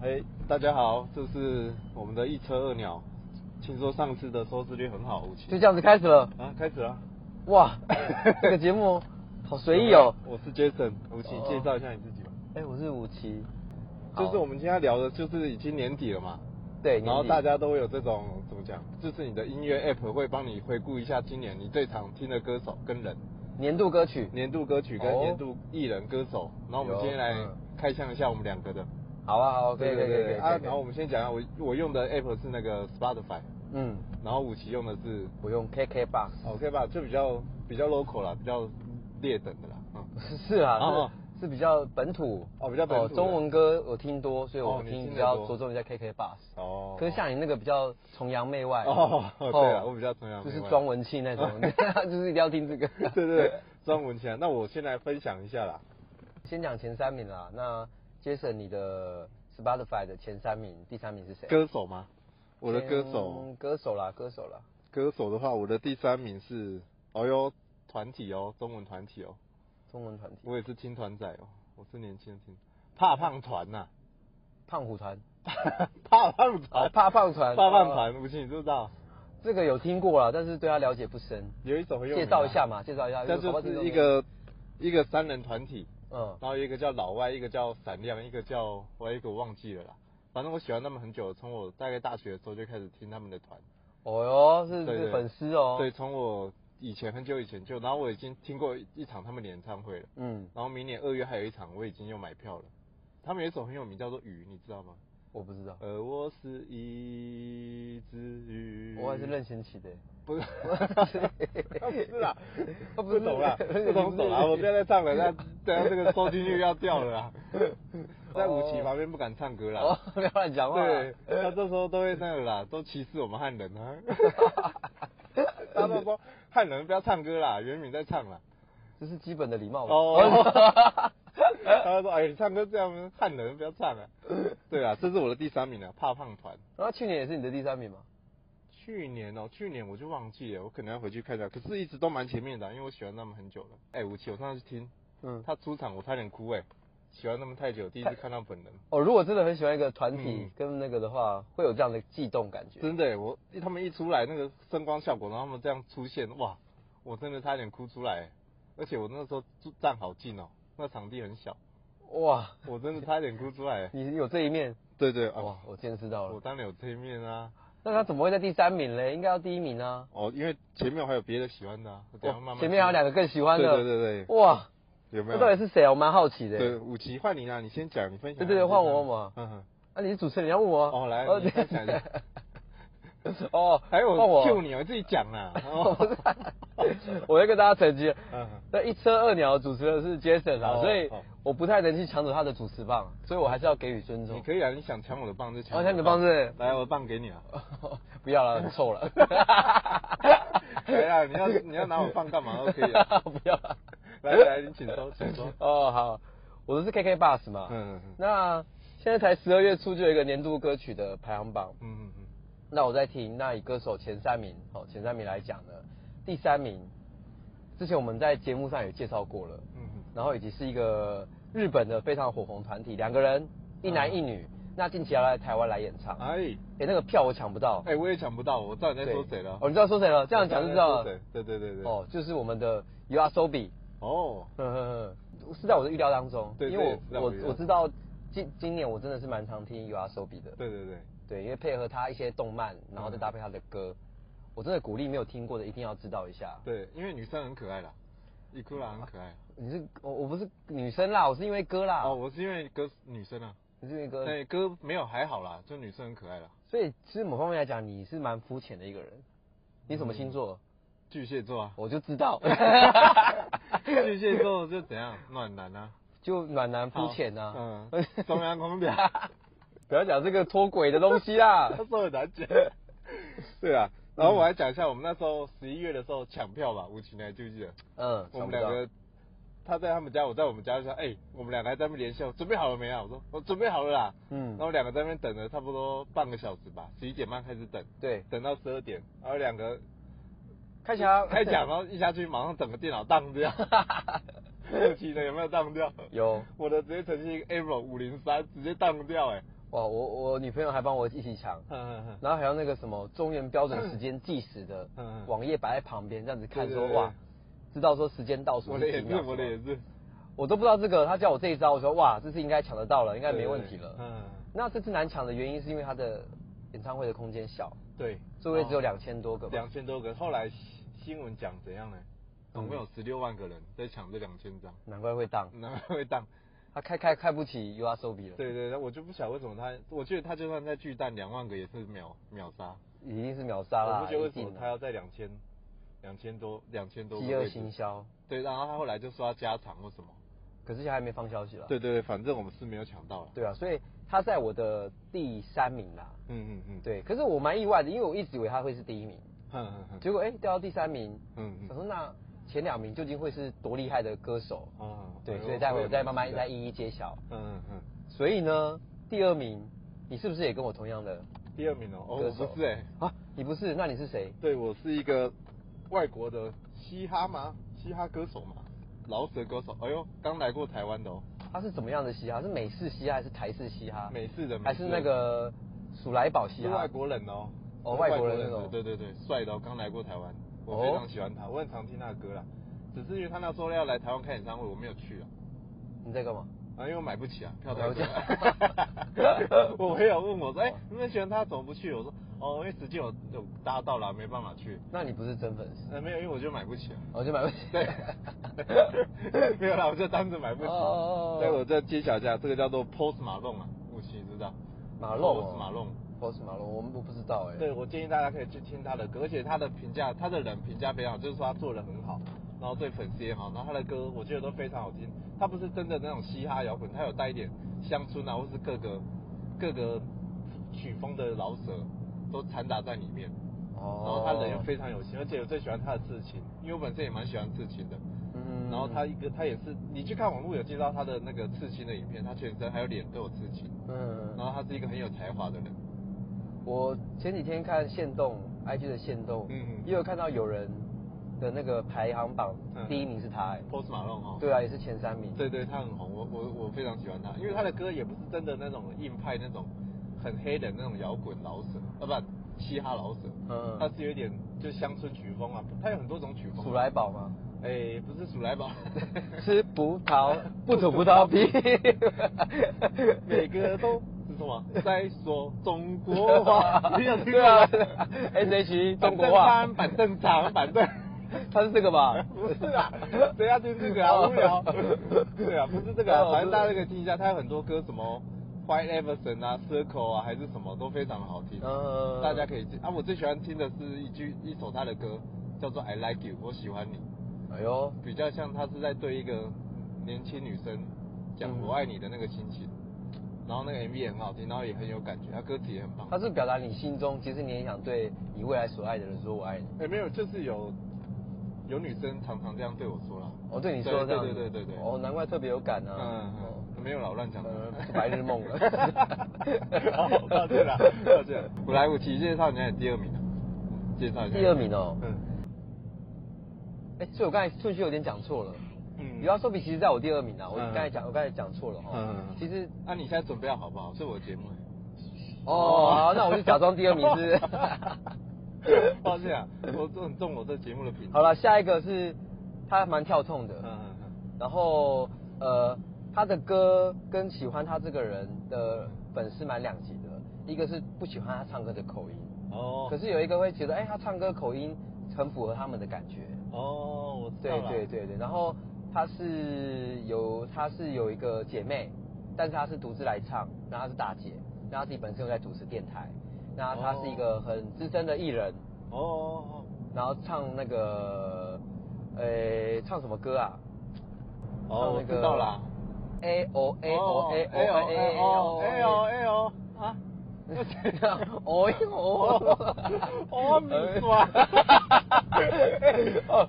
嘿、哎大家好，这是我们的一车二鸟。听说上次的收视率很好，五七就这样子开始了。啊，开始了。 哇，这个节目好随意哦。我是 Jason，吴奇哦，介绍一下你自己吧。哎、我是吴奇，好就是我们今天要聊的，就是已经年底了嘛。对，然后年底大家都会有这种怎么讲，就是你的音乐 app 会帮你回顾一下今年你最常听的歌手跟人，年度歌曲，年度歌曲跟哦年度艺人歌手。然后我们有今天来嗯开箱一下我们两个的。好啊，好啊，可以，可对以，可对以可对以。啊，可以然后我们先讲一下，我我用的 app 是那个 Spotify，嗯，然后武奇用的是我用 KK Box。 OK 哦吧，就比较比较 local 啦，比较劣等的啦，嗯。 是啊，哦是是比较本土哦比较本土的中文歌我听多，所以我哦你听听比得较多着重于在 KK Bus。哦可是像你那个比较崇洋媚外哦对啊我比较崇洋媚就外。是庄文庆那种， 就是一定要听这个 对对对，张文强，那我先来分享一下啦。先讲前三名啦。那 Jason，你的 Spotify 的前三名，第三名是谁？歌手吗？我的歌手嗯，歌手啦，歌手啦。歌手的话，我的第三名是，哦哟，团体哦，中文团体哦，中文团体我也是听团仔哦，我是年轻人听，怕胖团呐、 胖虎团，怕胖哦团，怕胖团，怕胖哦，团，吴奇你知不知道？这个有听过啦，但是对他了解不深。有一首很有名啊介绍一下嘛，介绍一下。这搞不好就听众是一个一个三人团体，嗯，然后一个叫老外，一个叫闪亮，一个叫我一个我忘记了啦。反正我喜欢他们很久了，从我大概大学的时候就开始听他们的团。哦哟，是对是对粉丝哦。对，，从我以前很久以前就，然后我已经听过一场他们的演唱会了，嗯，然后明年二月还有一场，我已经又买票了。他们有一首很有名叫做《鱼》，你知道吗？我不知道，而我是一只鱼。我还是任贤齐的。不是，不是是啊，不不是懂啦，不懂懂啊啦，我不要再唱了，那等下这个收听率要掉了 啦。在武器旁边不敢唱歌啦。哦， 不要乱讲话。对，他这时候都会那个啦，都歧视我们汉人 啊。他都说汉人不要唱歌啦，袁敏在唱啦。这是基本的礼貌吧。哦，他就说哎，你唱歌这样，汉人不要唱啊。对啊，这是我的第三名了，怕胖团。然后去年也是你的第三名嘛。去年哦、去年我就忘记了，我可能要回去看一下。可是一直都蛮前面的啊、因为我喜欢他们很久了。哎、吴奇，我上次去听嗯。他出场，我差点哭哎、喜欢他们太久，第一次看到本人，哦，如果真的很喜欢一个团体嗯跟那个的话，会有这样的悸动感觉。真的、哎我他们一出来那个声光效果，然后他们这样出现，哇，我真的差点哭出来、哎而且我那时候住站好近哦、那场地很小，哇，我真的差点哭出来、 哎你有这一面，对对啊，哇，我见识到我了。当然有这一面啊。那他怎么会在第三名嘞？应该要第一名啊。哦，因为前面我还有别的喜欢的、啊，我等一下慢慢哇说。哦前面还有两个更喜欢的。对对对对，哇，有没那有？到底是谁啊？我蛮好奇的。对，五奇换你啦，你先讲，你分享。对对对换我换我嗯哼。啊，你是主持人，你要问我啊。哦，来，哦你分享一下。 哦，还有换我 Q 你哦，你自己讲啦。哦我要跟大家澄清， 嗯那一车二鸟的主持人是 Jason 啊，哦所以哦我不太能去抢走他的主持棒，所以我还是要给予尊你重。可以啊，你想抢我的棒就抢。哦抢你的棒是不是来，我的棒给你 啊。不要 了，很臭了。来啦，哎你要你要拿我棒干嘛都可以 啊。不要了。来来，你请说，请说。哦，好，我的是 KK Bus 嘛。嗯嗯那现在才十二月初就有一个年度歌曲的排行榜，嗯嗯那我在听，那以歌手前三名，好、前三名来讲呢，第三名，之前我们在节目上也介绍过了，嗯嗯然后以及是一个日本的非常火红团体，两个人，一男一女，啊那近期要来台湾来演唱，嗯。哎、哎那个票我抢不到，哎，我也抢不到，我知道你在说谁了哦，。你知道说谁了？这样讲就知道我在说，了谁对对对对。哦哦，就是我们的 U R Sobi，哦，呵呵呵，是在我的预料当中，嗯对因为这也是在我我我的预料我知道今今年我真的是蛮常听 U R Sobi 的，对对对。对，因为配合他一些动漫，然后再搭配他的歌，我真的鼓励没有听过的一定要知道一下。对，因为女生很可爱啦，伊库拉很可爱。你是我我不是女生啦，我是因为歌啦，哦，我是因为歌女生啊，你是因为歌，对歌没有还好啦，就女生很可爱啦。所以其实某方面来讲，你是蛮肤浅的一个人。你什么星嗯座？巨蟹座啊， 我就知道，巨蟹座就怎样暖男啊， 就暖男肤浅啊呐。嗯， 中央空调，不要讲这个脱轨的东西啦他。 说很难讲。对啊，然后我还讲一下，我们那时候十一月的时候抢票吧，吴奇你还记不记得？嗯，我们想两不到个，他在他们家，我在我们家，就说，哎、我们两个还在那边联系，我准备好了没啊？我说我准备好了啦。然嗯，后两个在那边等了差不多半个小时吧，十一点半开始等，对，等到十二点，然后两个 开啊枪，开讲，然后一下去马上整个电脑当 掉，我记得有没有当掉？有我的直接呈现一个 error 五零三，直接当掉哎、 哇，我我女朋友还帮我一起抢，嗯嗯然后还有那个什么中原标准时间计时的嗯嗯网页摆在旁边，这样子看对说对对哇，知道说时间倒嗯，数我是的几也是秒，我的也是，我都不知道这个，他叫我这一招，我说哇，这次应该抢得到了，应该没问题对对了。对嗯，那这次难抢的原因是因为他的演唱会的空间小，对，座位只有两千多个嘛，哦两千多个，后来新新闻讲怎样呢？总共嗯有十六万个人在抢这两千张，难怪会当，那会当。他开开开不起 U R S O B 了，对对，对我就不晓得为什么他，我觉得他就算在巨蛋两万个也是秒秒杀。一定是秒杀我啦，不觉得一为什么定他的。要在两千两千多两千多个饥饿位置行销，对，然后他后来就说要加长或什么。可是现在还没放消息了。对对对，反正我们是没有抢到了。对啊，所以他在我的第三名啦。嗯嗯嗯，对，可是我蛮意外的，因为我一直以为他会是第一名，哼，嗯嗯嗯结果哎、掉到第三名。嗯嗯，我说那前两名究竟会是多厉害的歌手？哦对，所以待会我再慢慢再嗯一一揭晓。嗯嗯，所以呢，第二名，你是不是也跟我同样的第二名哦，哦歌我手不是哎，啊？你不是，那你是谁？对我是一个外国的嘻哈吗？嘻哈歌手嘛，饶舌歌手。哎呦，刚来过台湾的哦，他是怎么样的嘻哈？是美式嘻哈还是台式嘻哈？美式的，还是那个鼠来宝嘻是外哈？国人哦，哦是外国人的那种对对对，帅的哦，刚来过台湾，我哦非常喜欢他，我很常听他的歌啦。只是因为他那时候要来台湾开演唱会，我没有去啊，你在干嘛？啊，因为我买不起啊，票太贵了了。 我朋友问我说：“哎、你们喜欢他，怎么不去？”我说：“哦，因为时间有有搭到了，没办法去。那你不是真粉丝？呃，没有，因为我就买不起啊。我就买不起。对， 没有啦，我就单纯买不起。哦对，我再揭晓一下，这个叫做 Post 马弄啊，武器知道？马龙、哦 Post 马弄。波斯马龙，我们我不知道哎、对，我建议大家可以去听他的歌，而且他的评价，他的人评价非常好，就是说他做的很好，然后对粉丝也好，然后他的歌我觉得都非常好听。他不是真的那种嘻哈摇滚，他有带一点乡村啊，或是各个各个曲风的老舍都掺杂在里面。哦然后他人又非常有型，而且我最喜欢他的刺青，因为我本身也蛮喜欢刺青的。嗯然后他一个他也是，你去看网络有介绍他的那个刺青的影片，他全身还有脸都有刺青。然嗯，后他是一个很有才华的人。我前几天看线动 IG 的线动，嗯嗯也有看到有人的那个排行榜、嗯第一名是他哎、 Post Malone 哦，对啊，也是前三名，对对，他很红，我我我非常喜欢他，因为他的歌也不是真的那种硬派那种很黑的那种摇滚老舍，啊不，嘻哈老舍，嗯他是有点就乡村曲风啊，他有很多种曲风。鼠来宝 吗？哎，不是鼠来宝， 吃葡萄不吐葡萄皮， 每个都是什么在说中国 话，你有听对过啊吗？ ，S H E 中国话，板凳长板凳。他是这个吧？哦不是啊，谁要听这个啊？无聊。对啊，不是这个啊，反正大家可以听一下，他有很多歌，什么 White Everson 啊、Circle 啊，还是什么，都非常的好听。嗯大家可以听啊。我最喜欢听的是一句一首他的歌，叫做 I Like You，我喜欢你，哎呦，比较像他是在对一个年轻女生讲嗯我爱你的那个心情。然后那个 MV 也很好听，然后也很有感觉，他歌词也很棒。他是表达你心中，其实你也想对你未来所爱的人说我爱你。哎、没有，就是有有女生常常这样对我说啦。哦，对你说的这对样子对对对对。哦，难怪特别有感啊。嗯，嗯，没有老乱讲的呃， 白日梦了好抱歉啦，抱歉。我来，我其实介绍你第二名啊介绍一下第二名哦嗯哎、所以我刚才顺序有点讲错了。嗯嗯，尤阿寿比其实在我第二名啊，嗯我刚才讲，我刚才讲错了哦。嗯嗯嗯其实，那、你现在准备好不好？是我的节目欸。哦，好，那我就假装第二名是。 抱歉啊，我这很重我这节目的品质。 好了，下一个是他蛮跳痛的，嗯嗯嗯然后呃，他的歌跟喜欢他这个人的粉丝蛮两极的，一个是不喜欢他唱歌的口音，哦，可是有一个会觉得，哎、他唱歌口音很符合他们的感觉。哦，我知道对了对对对，然后她是有她是有一个姐妹，但是她是独自来唱，然后她是大姐，然后她自己本身又在主持电台，那她是一个很资深的艺人，哦哦然后唱那个呃唱什么歌啊？哦哦，我知道啦。 A O A O 哦 A O A 哎 O A O A O A O 啊。 哎 哦哟哦，哦，米刷，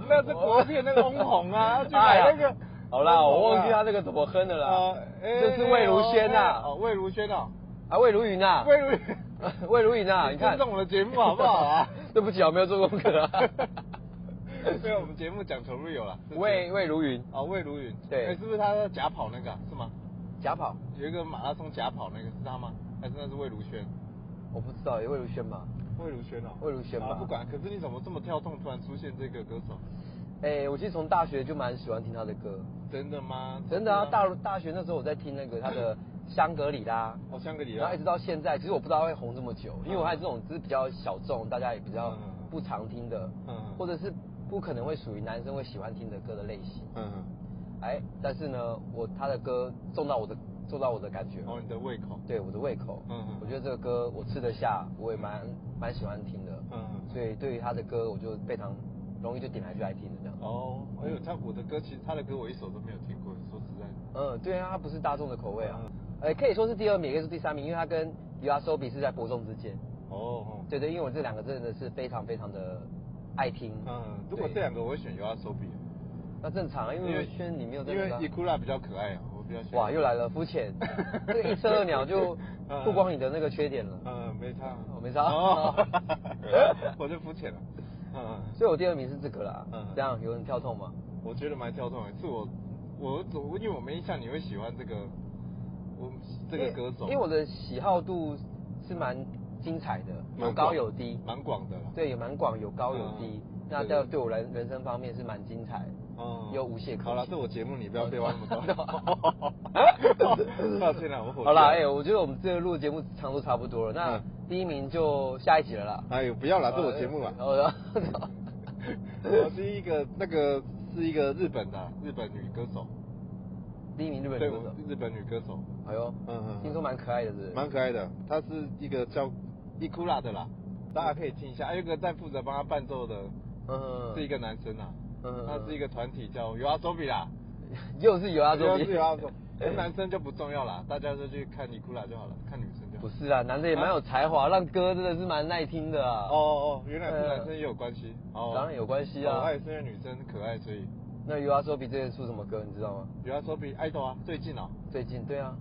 那是国片那个翁虹啊，去买那个。哎啊好啦，我忘记他那个怎么哼的啦，哎就是魏如萱呐，哦，魏如萱啊，啊魏如云呐，魏如萱， 魏如 云啊，你看，尊重我的节目好不好 啊？对不起啊，没有做功 课啊。对，我们节目讲求 real 了。魏魏如云啊，魏如云，对哎，是不是他假跑那个啊是吗？假跑，有一个马拉松假跑那个是他吗？还是那是魏如萱？我不知道，有魏如萱吗？魏如萱哦，魏如萱吧啊，不管。可是你怎么这么跳动，突然出现这个歌手？哎、我其实从大学就蛮喜欢听他的歌，真的吗？真的啊，是吗大陆大学那时候我在听那个他的香格里拉，哦，香格里然拉后一直到现在，其实我不知道会红这么久，因为我嗯看这种就是比较小众，大家也比较嗯嗯嗯不常听的嗯嗯，或者是不可能会属于男生会喜欢听的歌的类型。嗯，哎，但是呢，我他的歌中到我的中到我的感觉了，哦，你的胃口，对我的胃口，嗯嗯我觉得这个歌我吃得下，我也蛮蛮喜欢听的，嗯所以对于他的歌，我就非常容易就点下去来听的这样。哦，哎呦，他我的歌其实他的歌我一首都没有听过，说实在的。嗯，对啊，它不是大众的口味啊嗯，呃，可以说是第二名，也可以说第三名，因为它跟 U R S O B 是在伯仲之间。哦，哦对对，因为我这两个真的是非常非常的爱听。嗯，如果对这两个我会选 U R 手比，那正常啊，因为轩你没有在因为那个 i k u 比较可爱啊，我比较喜欢。哇，又来了 肤浅， 这个一车二鸟就嗯曝光你的那个缺点了。嗯，没差，我没差哦哦 我就肤浅了。嗯，所以我第二名是这个啦嗯。这样有人跳痛吗？我觉得蛮跳动的，是我我我因为我没印象你会喜欢这个我这个歌手，因为因为我的喜好度是蛮精彩的，有蛮高广有低。蛮广的啦。对，也蛮广，有高有嗯低。嗯那对在对对我人人生方面是蛮精彩，哦有无懈可击。好了，这我节目你不要废话那么哦多。 抱歉了，我火气啊好啦，哎，我觉得我们这个录节目长度差不多了，那嗯第一名就下一集了啦。哎呦，不要啦，这我节目啦。哦， 我是一个那个是一个日本的啊日本女歌手，第一名日本对，歌我手。日本女歌手，哎呦，嗯嗯听说蛮可爱的，是不是？蛮可爱的。她是一个叫嗯伊库拉的啦，大家可以听一下。还有一个在负责帮她伴奏的嗯是一个男生啊，嗯他是一个团体叫 U R s o b i 啦，又是有啊， U 周 R 笔 s o b 那男生就不重要啦，大家就去看伊库拉就好了，看女生就好 不了。是啊，男的也蛮有才华，让歌真的是蛮耐听的啊。哦哦，原来是男生也有关系，哦，当然有关系啊哦我也是因为女生可爱，所以那 U R S O B 最近出什么歌，你知道吗？ U R s o b i idol 啊，最近哦，最近对啊，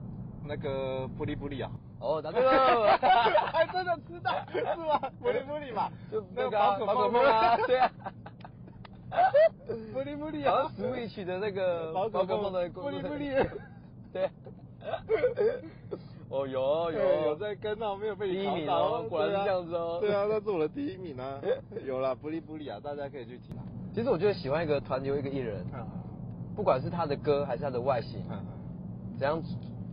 那个布利布利啊。，哦，答对了 还真的知道是吗？布利布利嘛， 就那那个个宝啊可宝可梦梦啊，对 啊。布利布利好啊像 Switch 的那个宝可梦梦的布利布利对。哦，有对有哎有在跟哦，没有被第你一考名倒哦，对果然啊是这样子哦。对啊，那是我的第一名 啊。有啦，布利布利啊，大家可以去听啊。其实我觉得喜欢一个团体或一个艺人，不管是他的歌还是他的外形，怎样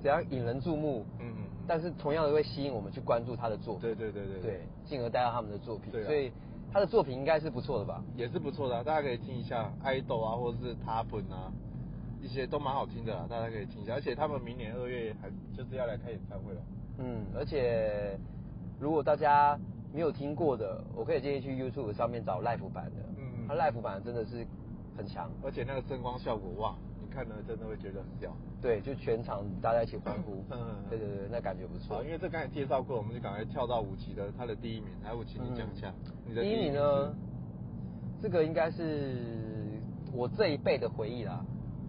怎样引人注目，嗯嗯嗯但是同样的会吸引我们去关注他的作品，对对对对对，进而带到他们的作品对，啊所以他的作品应该是不错的吧？也是不错的啊、大家可以听一下爱豆啊，或者是他本啊，一些都蛮好听的啦，大家可以听一下。而且他们明年二月还就是要来开演唱会了。嗯，而且如果大家没有听过的，我可以建议去 YouTube 上面找 Live 版的，嗯它 Live 版真的是很强，而且那个声光效果哇，你看了真的会觉得很屌。对，就全场大家一起欢呼，嗯嗯嗯对对对，那感觉不错好，。因为这刚才介绍过，我们就赶快跳到武奇的他的第一名。来，武奇，你讲一下、你的嗯第一名名呢，这个应该是我这一辈的回忆啦，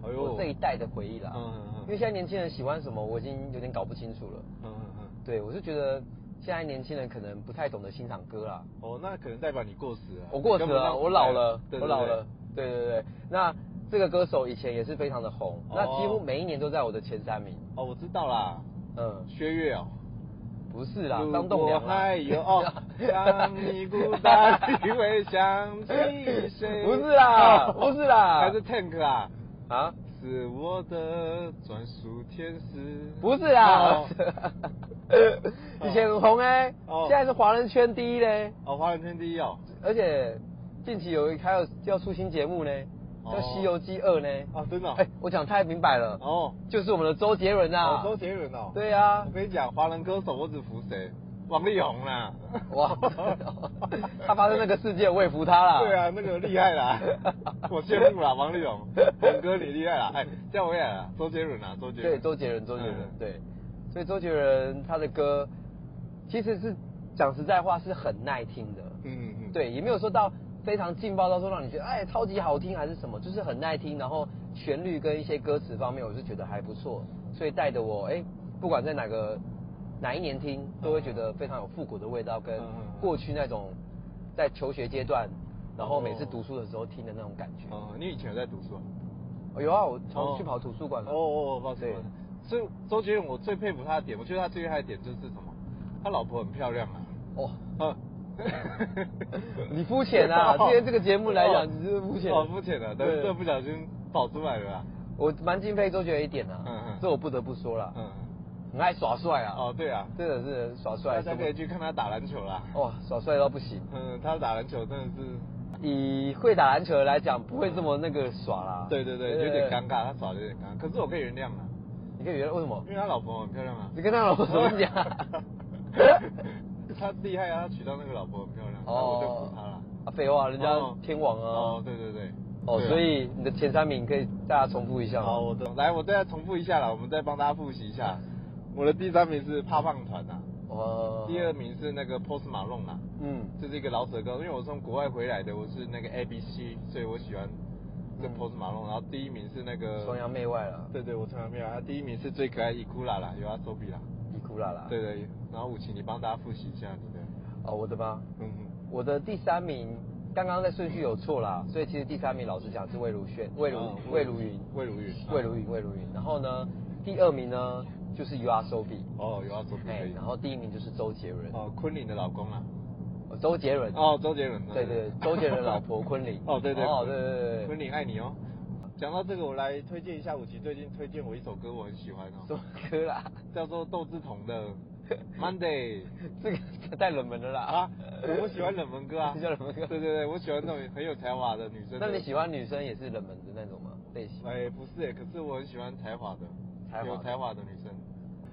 哎呦我这一代的回忆啦，嗯嗯嗯因为现在年轻人喜欢什么，我已经有点搞不清楚了。嗯嗯嗯。对，我是觉得现在年轻人可能不太懂得欣赏歌啦，哦，那可能代表你过时了。我过时你根本了，上我老了，对对我对老了。对对对，那这个歌手以前也是非常的红，哦那几乎每一年都在我的前三名。哦，我知道啦。嗯，薛岳哦。不是啦如，张栋梁啊果啦。还有 哦，当你孤单，你会想起谁？ 不是啦哦不是啦还是 Tank 啊？ 啊，是我的专属天使。不是啊啦哦， 以前很红哎、哦现在是华人圈第一嘞，哦，华人圈第一哦。而且近期有一还有要出新节目呢，叫哦《西游记二》呢。哦真的哦哎、我讲太明白了，哦。就是我们的周杰伦哦，啊。周杰伦哦。对啊 我，跟你讲，华人歌手我只服谁？王力宏啦。哇， 他发生那个事件，我也服他啦。对啊，那个厉害 啦，我羡慕啦，王力宏，宏哥你厉害啦，哎，这样我也来啦，周杰伦啦，周杰伦，对，周杰伦，周杰伦，嗯，对，所以周杰伦他的歌其实是讲实在话是很耐听的，嗯嗯，对，也没有说到非常劲爆到说让你觉得哎超级好听还是什么，就是很耐听，然后旋律跟一些歌词方面我是觉得还不错，所以带的我哎不管在哪个哪一年听都会觉得非常有复古的味道，跟嗯嗯嗯过去那种在求学阶段，然后每次哦读书的时候听的那种感觉。哦，你以前有在读书啊？哦有啊，我常哦去跑图书馆了。啊哦哦哦，抱歉对抱歉，所以周杰伦我最佩服他的点，我觉得他最厉害的点就是什么？他老婆很漂亮啊。哦，嗯 你肤浅啊哦今天这个节目来讲哦你是肤浅哦，肤浅的，但对是这不小心跑出来了啊啦。我蛮敬佩周杰伦一点啊，嗯嗯这我不得不说了，嗯，很爱耍帅啊，哦，对啊，真的是耍帅，哦大家可以去看他打篮球啦。哇，耍帅到不行。嗯，他打篮球真的是，以会打篮球的来讲，不会这么那个耍啦。对对对，有点尴。尬，他嗯耍的有点尴尬。可是我可以原谅啊，你可以原谅为什么因？为他老婆很漂亮啊。你跟他老婆怎么讲？ 他厉害啊，他娶到那个老婆很漂亮，那我就服他了。哦啊，废话，人家哦天王啊。哦，对对对。哦，对啊所以你的前三名可以大家重复一下好，吗？我的来，我再重复一下啦，我们再帮大家复习一下。我的第三名是怕胖团啊，哦第二，名是那个 Post Malone 啊，嗯，这是一个老者歌，因为我从国外回来的，我是那个 ABC，所以我喜欢这嗯 Post Malone。然后第一名是那个崇洋媚外了，对对，我从来没有。他第一名是最可爱伊库拉啦，有阿索比啦。伊库拉啦。对。对，然后武琴，你帮大家复习一下你的。哦，我的吗？嗯，我的第三名，刚刚在顺序有错啦，所以其实第三名老实讲是魏如萱、魏如哦魏如云、魏如云魏如云、魏如云。然后呢，第二名呢就是 U R S O B，哦，有阿索比可哎，以。然后第一名就是周杰伦，哦，昆凌的老公啦。哦周杰伦。哦，周杰伦。对对，周杰伦老婆昆凌。 哦，对对。哦，对对对。昆凌爱你哦。讲到这个，我来推荐一下武琴最近推荐我一首歌，我很喜欢什哦，么歌啊啦？叫做窦靖童的 Monday。 这个太冷门了啦。啊，我不喜欢冷门歌啊 。你喜欢冷门歌对对对，我喜欢那种很有才华的女生的。那你喜欢女生也是冷门的那种吗？类型？哎，不是哎，可是我很喜欢才华的，才华的有才华的女生。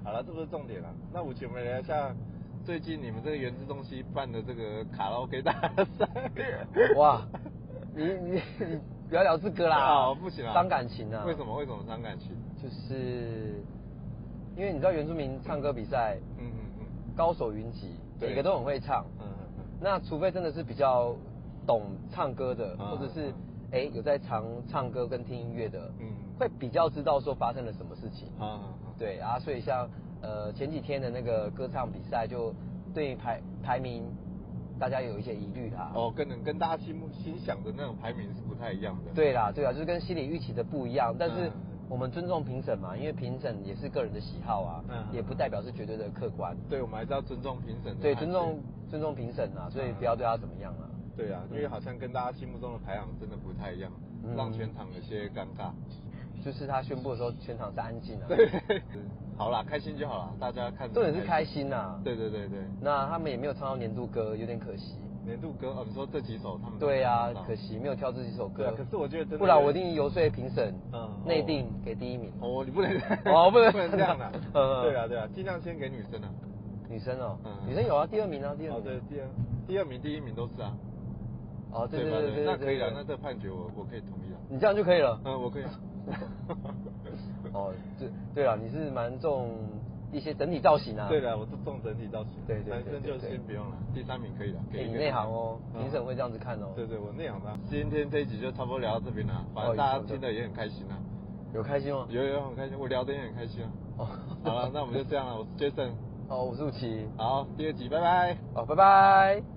好了，这不是重点了。那我前面聊一下最近你们这个原子东西办的这个卡拉 OK 大赛。哇，你你你不要聊这个啦，啊，不行啊，伤感情啊。为什？么？为什么伤感情？就是因为你知道原住民唱歌比赛嗯嗯嗯高手云集，对每个都很会唱。嗯嗯嗯。那除非真的是比较懂唱歌的，嗯或者是嗯哎有在常唱歌跟听音乐的，嗯会比较知道说发生了什么事情。啊啊啊对啊，所以像呃前几天的那个歌唱比赛，就对排排名大家有一些疑虑啦。哦，跟跟大家心目心想的那种排名是不太一样的。对啦，对啦，就是跟心理预期的不一样，但是嗯我们尊重评审嘛，因为评审也是个人的喜好啊，嗯也不代表是绝对的客观。对，我们还是要尊重评审的。对，尊重。尊重评审啊，所以嗯不要对他怎么样啊。对啊，因为好像跟大家心目中的排行真的不太一样，嗯让全场有些尴尬。就是他宣布的时候，全场是安静啊。对， 好啦，开心就好啦，大家看。重点是开。心啊。对对对对，那他们也没有唱到年度歌，有点可惜。年度歌，哦，你说这几首他们都对啊没有，唱可。惜没有挑这几首嗯对歌啊。可是我觉得真的不然我一定游说评审嗯，内哦定给第一名。哦，你不能 哦不能不能这样啦。 嗯对啊对啊，尽量先给女生啊。女生哦，嗯女生有啊，第二名啊，第二哦对名。，第二第二名、第一名都是啊。哦，对吧对对对，那可以对了，那这对判决我我可以同意 了。你这样就可以了。嗯，我可以。 哦，对对了，你是蛮重一些整体造型啊。对了，我是重整体造型，对对对男生就对对先不用了，第三名可以了，哎，给一你个内行哦，嗯评审会这样子看哦。对对，我那样的。今天这一集就差不多聊到这边了，反正大家听的也很开心啊，有开心吗？有有很开心，我聊的也很开心啊。哦 好了，那我们就这样了，我是 Jason，哦，我是武奇，好，第二集，拜拜。哦，拜拜。